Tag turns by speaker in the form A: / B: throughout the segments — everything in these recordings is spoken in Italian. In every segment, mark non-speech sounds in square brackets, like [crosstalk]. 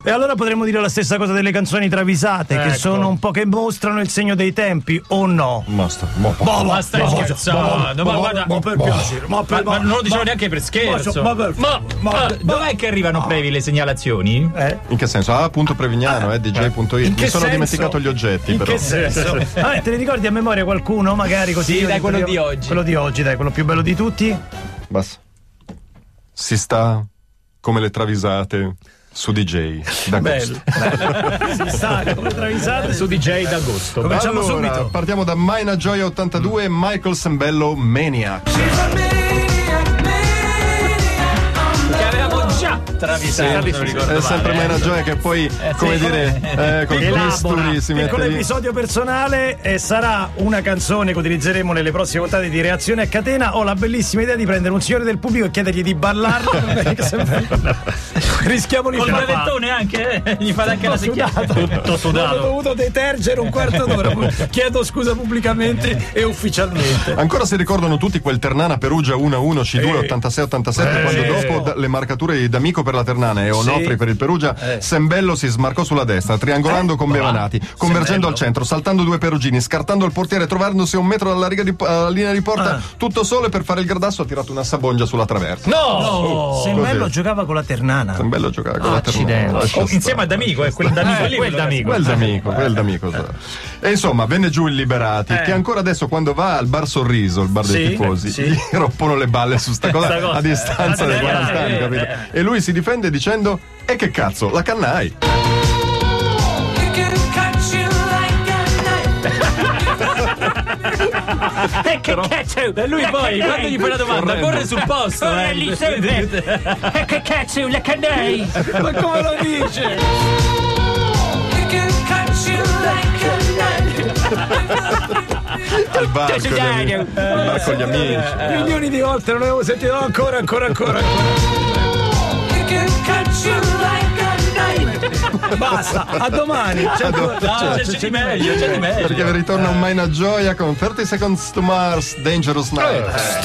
A: E allora potremmo dire la stessa cosa delle canzoni travisate, che
B: Ecco.
A: sono un po' che mostrano il segno dei tempi, o no?
C: Basta.
A: Boh,
B: Ah, Ma stai
A: boh,
B: scherzando, ma guarda-
A: boh, per piacere, ma
B: Ma,
A: per
B: ma non lo dicevo
A: ma-
B: neanche per scherzo.
A: Ma- ma-
B: Ma,
A: ma-
B: ma- dov'è che arrivano previ le segnalazioni?
A: Eh?
C: In che senso? Ah, punto Prevignano, eh, dj.it.
A: In
C: Mi sono
A: che senso?
C: dimenticato gli oggetti,
A: In
C: però.
A: che
B: [laughs]
A: senso? Vabbè, te ne ricordi a memoria qualcuno? Magari così.
B: Sì,
A: io
B: dai,
A: dico
B: quello
A: io-
B: di oggi.
A: Quello di oggi, dai, quello più bello di tutti.
C: Basta. Si sta come le travisate su DJ d'agosto.
A: [laughs] Sa, come travisate.
B: Su DJ d'agosto.
A: Cominciamo
C: allora,
A: subito.
C: partiamo da Maina Gioia 82 e Michael Sembello Maniac.
B: Che avevamo già travisato. non ricordo
C: È sempre
B: male, eh.
C: Maina Gioia che poi, come
B: sì,
C: dire, eh, con i bisturi si
A: piccolo
C: mette lì.
A: episodio personale e sarà una canzone che utilizzeremo nelle prossime puntate di Reazione a Catena. Ho la bellissima idea di prendere un signore del pubblico e chiedergli di [laughs] ballarla. Rischiamo di
B: Col
A: farla.
B: brevettone anche, eh, gli fate anche la secchiata. Tutto
A: Ho dovuto detergere un quarto
B: [laughs]
A: d'ora. Chiedo scusa pubblicamente e ufficialmente.
C: Ancora si ricordano tutti quel Ternana Perugia 1-1 C2
B: Eh,
C: 86-87 quando dopo da- le marcature di D'Amico per la Ternana e Onofri per il Perugia
B: Eh.
C: Sembello si smarcò sulla destra triangolando con Bevanati convergendo al centro saltando due perugini scartando il portiere trovandosi a un metro dalla riga di, alla linea di porta tutto solo e per fare il gradasso ha tirato una sabongia sulla traversa
B: Ah.
C: Oh,
B: No!
A: Sembello
C: così.
A: giocava con la Ternana.
C: Sembello giocava con la Ternana Lascia
B: Oh, insieme
C: stare.
B: ad amico, eh, quel d'amico lì. Quel d'amico.
C: Quel d'amico, quel d'amico.
B: Eh.
C: sa. E insomma, venne giù il Liberati, che ancora adesso quando va al bar Sorriso, il bar dei
A: Sì,
C: tifosi,
A: sì.
C: gli [laughs] rompono le balle su
B: [laughs]
C: sta cosa,
B: cosa,
C: a
B: eh.
C: distanza
B: Eh,
C: di
B: eh,
C: 40 anni,
B: eh,
C: capito? E lui si difende dicendo, e che cazzo, la cannai.
B: E che cazzo? E lui poi, quando gli fai la domanda,
C: Correndo.
B: corre sul posto. eh.
D: E che cazzo, la canai!
A: Ma come lo dice?
C: Al bar con gli amici.
D: Tesoro.
C: Al bar
B: Eh,
C: con gli amici.
A: Milioni di volte non avevo sentito ancora, ancora, ancora. Basta, a cioè, domani. Ciao.
B: No, c'è, c'è di meglio, c'è di meglio. Eh.
C: Perché ritorna un Maina Gioia con 30 Seconds to Mars, Dangerous
B: Eh,
C: Night.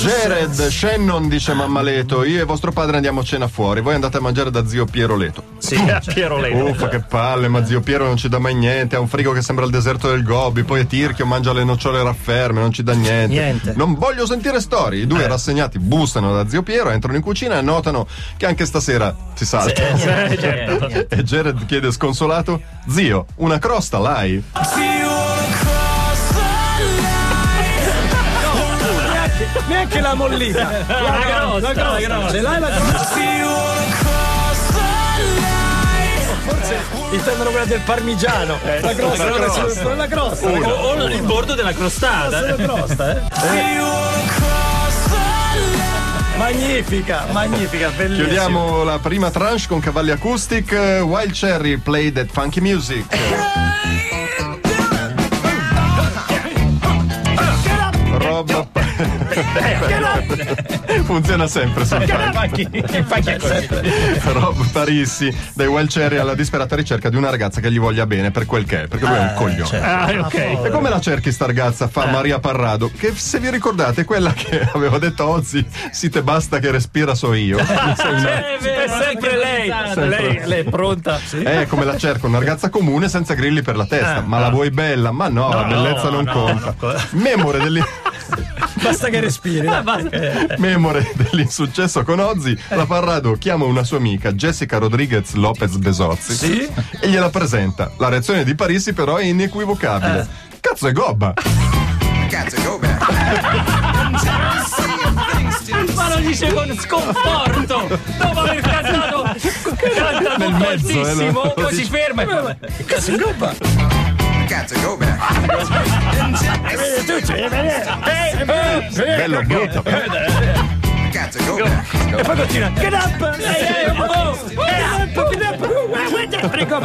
C: Jared Shannon dice Mammaleto, io e vostro padre andiamo a cena fuori, voi andate a mangiare da zio Piero Leto.
A: eh,
B: Piero Leno.
C: Uffa che palle, ma zio Piero non ci dà mai niente, ha un frigo che sembra il deserto del Gobi, poi è tirchio, mangia le nocciole rafferme, non ci dà niente.
A: Niente.
C: Non voglio sentire storie. I due rassegnati bussano da zio Piero, entrano in cucina e notano che anche stasera si salta. E Jared chiede sconsolato: Zio, una crosta l'hai?
A: Neanche la mollita.
B: La grossa, la
A: Le
B: grossa.
A: live Forse intendono quella del parmigiano.
B: Eh,
A: La crosta, la crosta. La crosta.
B: O, o il bordo della crostata.
A: La crosta, eh. Magnifica, magnifica, bellissima.
C: Chiudiamo la prima tranche con cavalli acoustic. eh, Wild Cherry, play that funky music. [laughs] Roba. Funziona sempre sul [laughs] Rob Parissi dai Wild Cherry alla disperata ricerca di una ragazza che gli voglia bene per quel che è, perché lui è un coglione.
A: Ah,
C: E come la cerchi sta ragazza? Fa Maria Parrado, che se vi ricordate è quella che [laughs] aveva detto a Ozzy, si te basta che respira so [laughs] io.
B: È sempre lei.
C: lei-
B: è pronta.
C: Eh, come la cerco, una ragazza comune senza grilli per la testa. ma la vuoi bella? Ma Eh, no, la bellezza non conta. [laughs] Memore, dell'in-
A: Basta che respiri.
B: Ah,
A: dai.
B: Eh,
C: memore dell'insuccesso con Ozzy, la Parrado chiama una sua amica, Jessica Rodriguez Lopez Besozzi, e gliela presenta. La reazione di Parisi però è inequivocabile. Cazzo è gobba!
B: Ma lo dice con sconforto. Dopo aver cantato, cantato
C: mezzo, eh,
B: altissimo,
C: lo- lo
B: poi si
C: dice.
B: ferma. e fa-
C: Bello brutto!
A: Get up!
B: Eh, oh,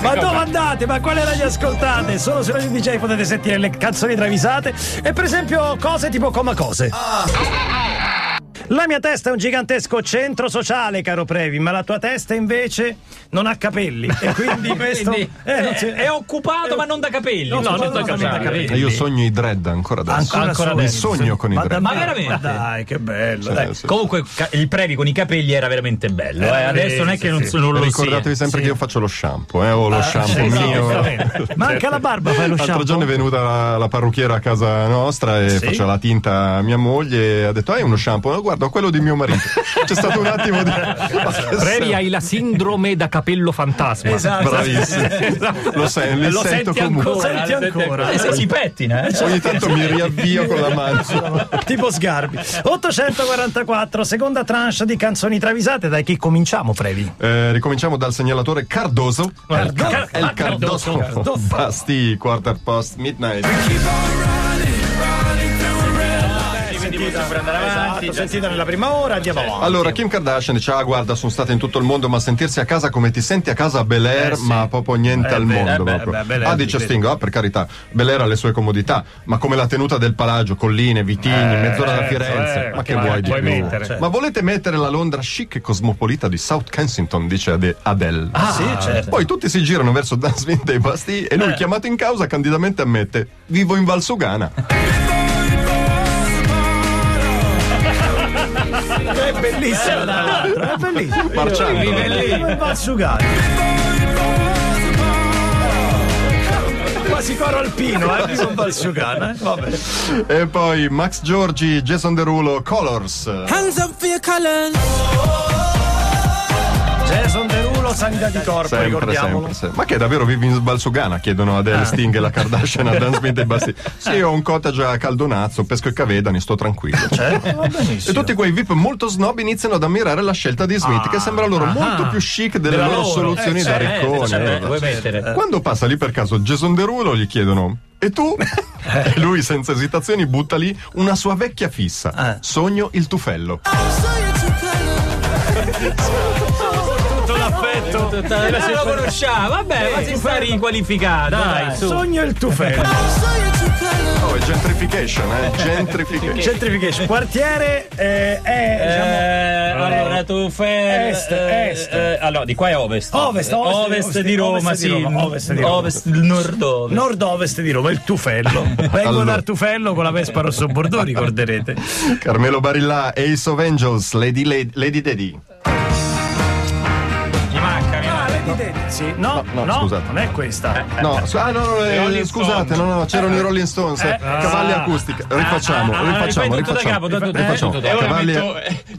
A: Ma dove andate? Ma quale radio ascoltate? Solo su Radio DJ potete sentire le canzoni travisate e per esempio cose tipo coma cose. La mia testa è un gigantesco centro sociale, caro Previ, ma la tua testa invece non ha capelli. E [laughs] quindi questo
B: Quindi,
A: eh, non si-
B: eh, è occupato, ma non da capelli.
A: No, non da capelli.
C: E io sogno i dread ancora adesso.
A: ancora,
B: ancora
A: solo-
C: mi sogno con i
A: ma,
C: dread.
A: davvero?
B: Ma veramente?
A: Ma dai, che bello.
C: Cioè,
A: dai.
C: sì.
B: Comunque ca- il Previ con i capelli era veramente bello. eh. Adesso non è che non, so- non lo Ah,
C: Ricordatevi
B: sia.
C: sempre che io faccio lo shampoo, eh, o lo shampoo
A: Esatto,
C: mio.
A: esattamente. Ma anche alla barba fai lo
C: L'altro
A: shampoo.
C: giorno è venuta la, la parrucchiera a casa nostra e faceva la tinta a mia moglie e ha detto: Hai uno shampoo? No, guarda, quello di
B: [laughs]
C: mio marito. C'è stato un attimo di.
E: Previ hai la sindrome da capello fantasma.
A: Esatto.
C: Bravissimo.
B: [laughs]
C: Lo, sen- li
B: Lo
C: sento
B: senti
C: comunque.
B: ancora.
A: Lo senti ancora.
B: Eh, se si pettina. eh.
C: Ogni tanto mi riavvio con la mancia.
B: [laughs]
A: Tipo [laughs] sgarbi. 844, seconda tranche di canzoni travisate. Dai chi cominciamo, Previ?
C: Eh, ricominciamo dal segnalatore Cardoso.
A: Cardoso.
C: El Cardoso.
A: ah, Cardoso.
C: Basti, quarter past midnight.
A: Esatto, sentita nella prima ora, andiamo avanti.
C: cioè, Allora, Kim Kardashian dice: Ah, guarda, sono stata in tutto il mondo, ma sentirsi a casa come ti senti a casa a Bel Air, ma proprio niente
A: Eh,
C: al
A: beh, eh,
C: mondo.
A: beh,
C: proprio.
A: beh, Bel Air,
C: ah, dice
A: sì,
C: Sting: Ah, per carità, Bel Air ha le sue comodità, ma come la tenuta del palagio, colline, vitigni,
A: Eh,
C: mezz'ora
A: certo,
C: da Firenze. ma che vuoi di più? Ma volete mettere la Londra chic e cosmopolita di South Kensington? Dice Ade- Adele.
A: Ah, sì, certo.
C: Eh. Poi tutti si girano verso Dansville dei Bastille e lui, chiamato in causa, candidamente ammette: Vivo in Valsugana.
A: È bellissimo, tra l'altro, è bellissimo.
C: Marciando.
A: Vive lì. Come va a asciugare? Quasi coro alpino, eh? Vivo un Valsugana, eh? Vabbè.
C: E poi Max Giorgi, Jason Derulo, Colors.
F: Hands up for your colors.
A: Jason Derulo, sanità di corpo,
C: Sempre,
A: ricordiamolo.
C: sempre, sempre. Ma che davvero vivi in Sbalsugana? Chiedono ad El Sting e la Kardashian a Dan Smith e Basti. Sì, ho un cottage a Caldonazzo, pesco e cavedani, sto tranquillo.
A: Eh, Va benissimo.
C: E tutti quei VIP molto snob iniziano ad ammirare la scelta di Smith, che sembra loro molto più chic delle loro, soluzioni da riccone.
B: Eh, vuoi mettere?
C: Quando passa lì per caso Jason Derulo gli chiedono
B: [laughs]
C: e tu? e lui senza esitazioni butta lì una sua vecchia
B: Eh.
C: fissa. Sogno il tufello.
A: tutto l'affetto.
B: Eh, [laughs] ma lo conosciamo, vabbè, ma si sta riqualificando. Dai, su.
A: Sogno il tufello.
C: Oh, è gentrification,
B: [laughs]
C: eh? Gentrification.
A: Gentrification. Quartiere eh, è, diciamo,
B: Eh, allora tu fai
A: Est,
B: eh,
A: est.
B: eh, allora di qua è ovest
A: Ovest, ovest, ovest,
B: di Roma
A: ovest di
B: sì
A: Roma, ovest di Roma.
B: nord ovest
A: nord-ovest di Roma, il tufello. Vengo
C: Allora.
A: dal tufello con la Vespa Rosso Bordeaux, ricorderete.
C: Carmelo Barilla, Ace of Angels, Lady Lady, Lady Daddy.
B: gli manca mi manca.
A: Sì, no, no,
C: no, scusate.
A: non è questa.
C: No, su- ah, no, no, eh,
B: Rolling
C: scusate, no, no, no, c'erano i Rolling Stones, eh, Cavalli Acustica. Rifacciamo,
B: Ah, ah, ah,
C: rifacciamo,
B: rifai tutto da
C: rifacciamo.
B: capo, tutto, tutto,
C: rifacciamo.
B: tutto, tutto.
C: Cavalli,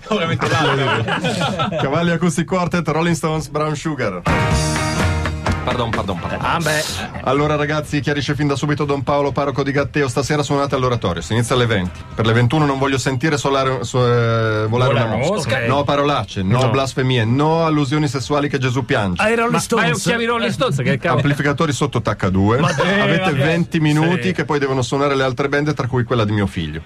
B: Ora metto l'altro.
C: Cavalli Acoustic Quartet, Rolling Stones, Brown Sugar. Pardon, pardon, pardon.
A: Ah, beh,
C: Allora ragazzi, chiarisce fin da subito Don Paolo, parroco di Gatteo, stasera suonate all'oratorio, si inizia alle 20. Per le 21 non voglio sentire solare- so- eh, volare, una mosca.
A: ok.
C: No parolacce, no, Ah, eh. blasfemie, no allusioni sessuali che Gesù piange.
A: ai Rolling
E: Ma
A: Stones. Eh.
E: chiami Rolling Stones che cavolo.
C: Amplificatori sotto tacca 2. Avete 20 minuti
A: Sì.
C: che poi devono suonare le altre band, tra cui quella di mio figlio.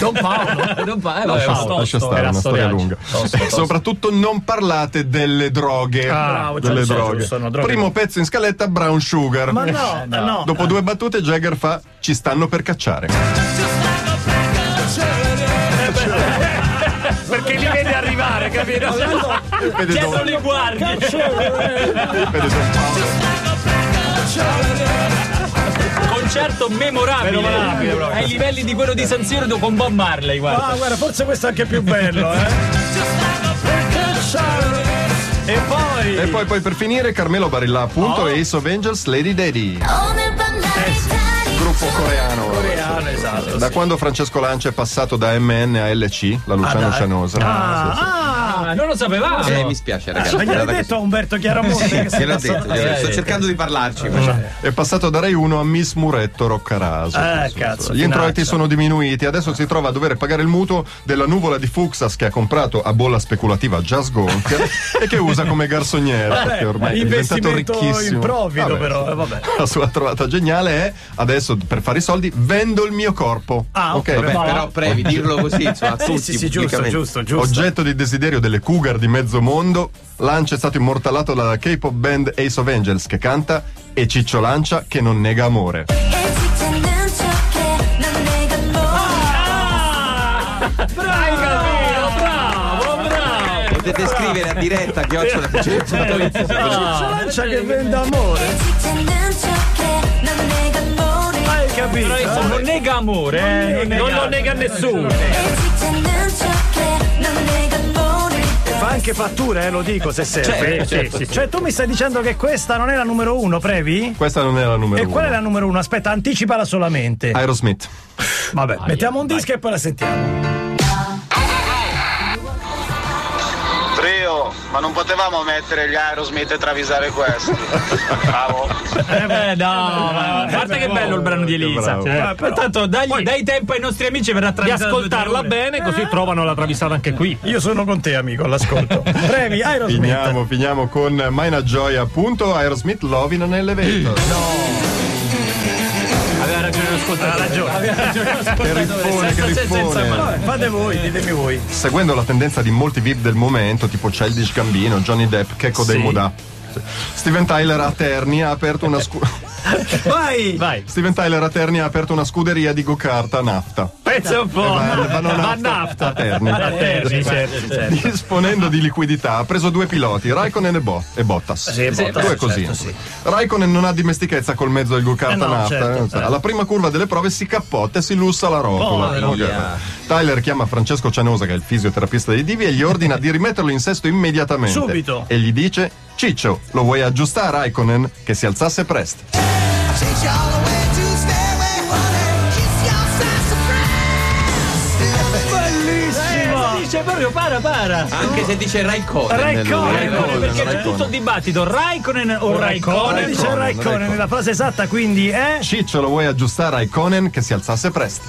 A: Don Paolo.
B: Non fa- eh, vabbè,
C: Lascia-
B: sto-
C: lascia
B: sto-
C: stare, è
B: era
C: una storia
B: storiaccio.
C: lunga. Eh,
B: Tosto, tosto.
C: Soprattutto non parlate delle droghe.
A: Bravo,
C: delle
A: giusto,
C: droghe.
A: giusto, no, droghe
C: Primo pezzo in scaletta, Brown Sugar. Eh,
A: Ma no, no. no.
C: Dopo due battute, Jagger fa: Ci stanno per cacciare.
A: Perché li vede arrivare, capito?
C: Vede
B: dietro
C: Don-
B: le guardie
C: vede Don Paolo.
B: concerto memorabile, ai livelli di quello di San Siro con Bob Marley guarda
A: Ah, guarda, forse questo è anche più bello, eh. E poi,
C: E poi, poi per finire, Carmelo Barilla, appunto, e Ace of Angels, Lady Daddy. Gruppo coreano.
A: Ah, esatto.
C: Da quando Francesco Lancia è passato da MN a LC, la Luciano Cianosa. Sì, sì.
A: Ah,
B: Ah, non lo sapevamo
G: Eh, mi spiace, ragazzi.
A: ma gliel'hai
G: Guarda
A: detto a Umberto Chiaramonte? che
G: che-
A: sei
G: Gliel'ho
A: passato-
G: detto, gliel'ho detto. sto
B: Eh,
G: cercando di parlarci. ma-
C: È passato da Rai 1 a Miss Muretto Roccaraso.
A: Eh,
C: Sì, sì,
A: cazzo,
C: sì. Gli
A: finaccia.
C: introiti sono diminuiti, adesso si trova a dover pagare il mutuo della nuvola di Fuxas che ha comprato a bolla speculativa
A: [laughs]
C: già sgonfia e che usa come garsoniera. perché ormai è diventato
A: Eh, investimento
C: ricchissimo.
A: improvvido,
C: Vabbè,
A: però, eh, vabbè.
C: La sua trovata geniale è adesso per fare i soldi vendo il mio corpo.
A: Ah, ok,
G: Vabbè, però previ dirlo così, insomma, a
A: Sì,
G: tutti
A: sì, sì, giusto,
G: pubblicamente.
A: giusto, giusto.
C: Oggetto di desiderio delle cougar di mezzo mondo, Lancia è stato immortalato dalla K-pop band Ace of Angels che canta e Ciccio Lancia che non nega amore.
H: 일찍 찾는 척해 넌 내가 뭐
B: Bravo!
G: potete scrivere a
A: [laughs]
G: diretta chiocciola
A: Ciancia che vende amore. Hai capito?
B: Questo non nega amore,
A: Non
B: eh. non
A: nega.
B: lo nega nessuno.
A: Fa anche fatture, eh, lo dico se serve.
B: Certo, certo,
A: Sì, sì. Cioè, tu mi stai dicendo che questa non è la numero uno, Previ?
C: Questa non è la numero
A: E
C: uno. Eh,
A: qual è la numero uno? Aspetta, anticipala solamente.
C: Aerosmith.
A: Vabbè, mettiamo un disco e poi la sentiamo.
H: Trio, ma non potevamo mettere gli Aerosmith e travisare questo. Bravo.
B: Eh no, ma- a parte che bello il brano di Elisa.
C: bravo.
B: Cioè, Pertanto dai, dai tempo ai nostri amici per
E: Di
B: attraversare
E: ascoltarla
B: due terrore.
E: bene, così trovano la travisata anche qui.
A: Eh? Io sono con te, amico, all'ascolto. Previ, Aerosmith.
C: Finiamo, finiamo con Mina Joy, appunto. Aerosmith Lovina nell'evento.
B: Aveva ragione l'ascoltatore. Ha ragione. Aveva ragione
C: Griffone,
B: l'ascoltatore. Senza, senza,
C: Griffone.
B: ma-
A: Vabbè, fate voi, ditemi voi.
C: Seguendo la tendenza di molti VIP del momento, tipo Childish Gambino, Johnny Depp, Checco dei Mudà. Steven Tyler a Terni ha aperto una scu- [laughs]
A: Vai!
E: Vai.
C: Steven Tyler a Terni ha aperto una scuderia di go-kart a nafta.
E: Pensa un po'.
C: Vanno
E: Va
C: nafta a Terni.
E: Terni, certo, certo.
C: Disponendo di liquidità, ha preso due piloti, Raikkonen e, Bo- e Bottas.
A: Sì, Bottas,
C: due così.
A: certo, sì.
C: Raikkonen non ha dimestichezza col mezzo del go-kart
A: Eh no,
C: a nafta.
A: certo,
C: eh, non so.
A: certo.
C: Alla prima curva delle prove si cappotta e si lussa la rotola. Ok. Tyler chiama Francesco Cianosa, che è il fisioterapista dei Divi, e gli ordina di rimetterlo in sesto immediatamente.
A: Subito.
C: E gli dice: Ciccio, lo vuoi aggiustare a Raikkonen? Che si alzasse presto.
B: Eh, si dice proprio para para.
G: Anche se dice Raikkonen.
B: Raikkonen,
C: Raikkonen,
B: perché c'è
C: Raikkonen.
B: tutto il dibattito Raikkonen o
A: Raikkonen,
B: Raikkonen.
A: dice Raikkonen,
C: Raikkonen.
A: nella frase esatta quindi eh? è...
C: Ciccio, lo vuoi aggiustare a Raikkonen? Che si alzasse presto.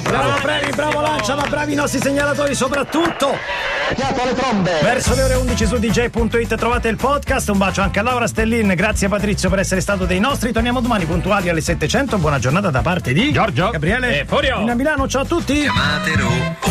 A: Bravo
B: bravo.
A: Previ, bravo Lancia, ma bravi i nostri segnalatori soprattutto! Verso le ore 11 su DJ.it trovate il podcast, un bacio anche a Laura Stellin, grazie Patrizio per essere stato dei nostri, torniamo domani puntuali alle 700, buona giornata da parte di...
E: Giorgio.
A: Gabriele
B: E Furio.
A: Fino a Milano, ciao a tutti!
I: Chiamatelo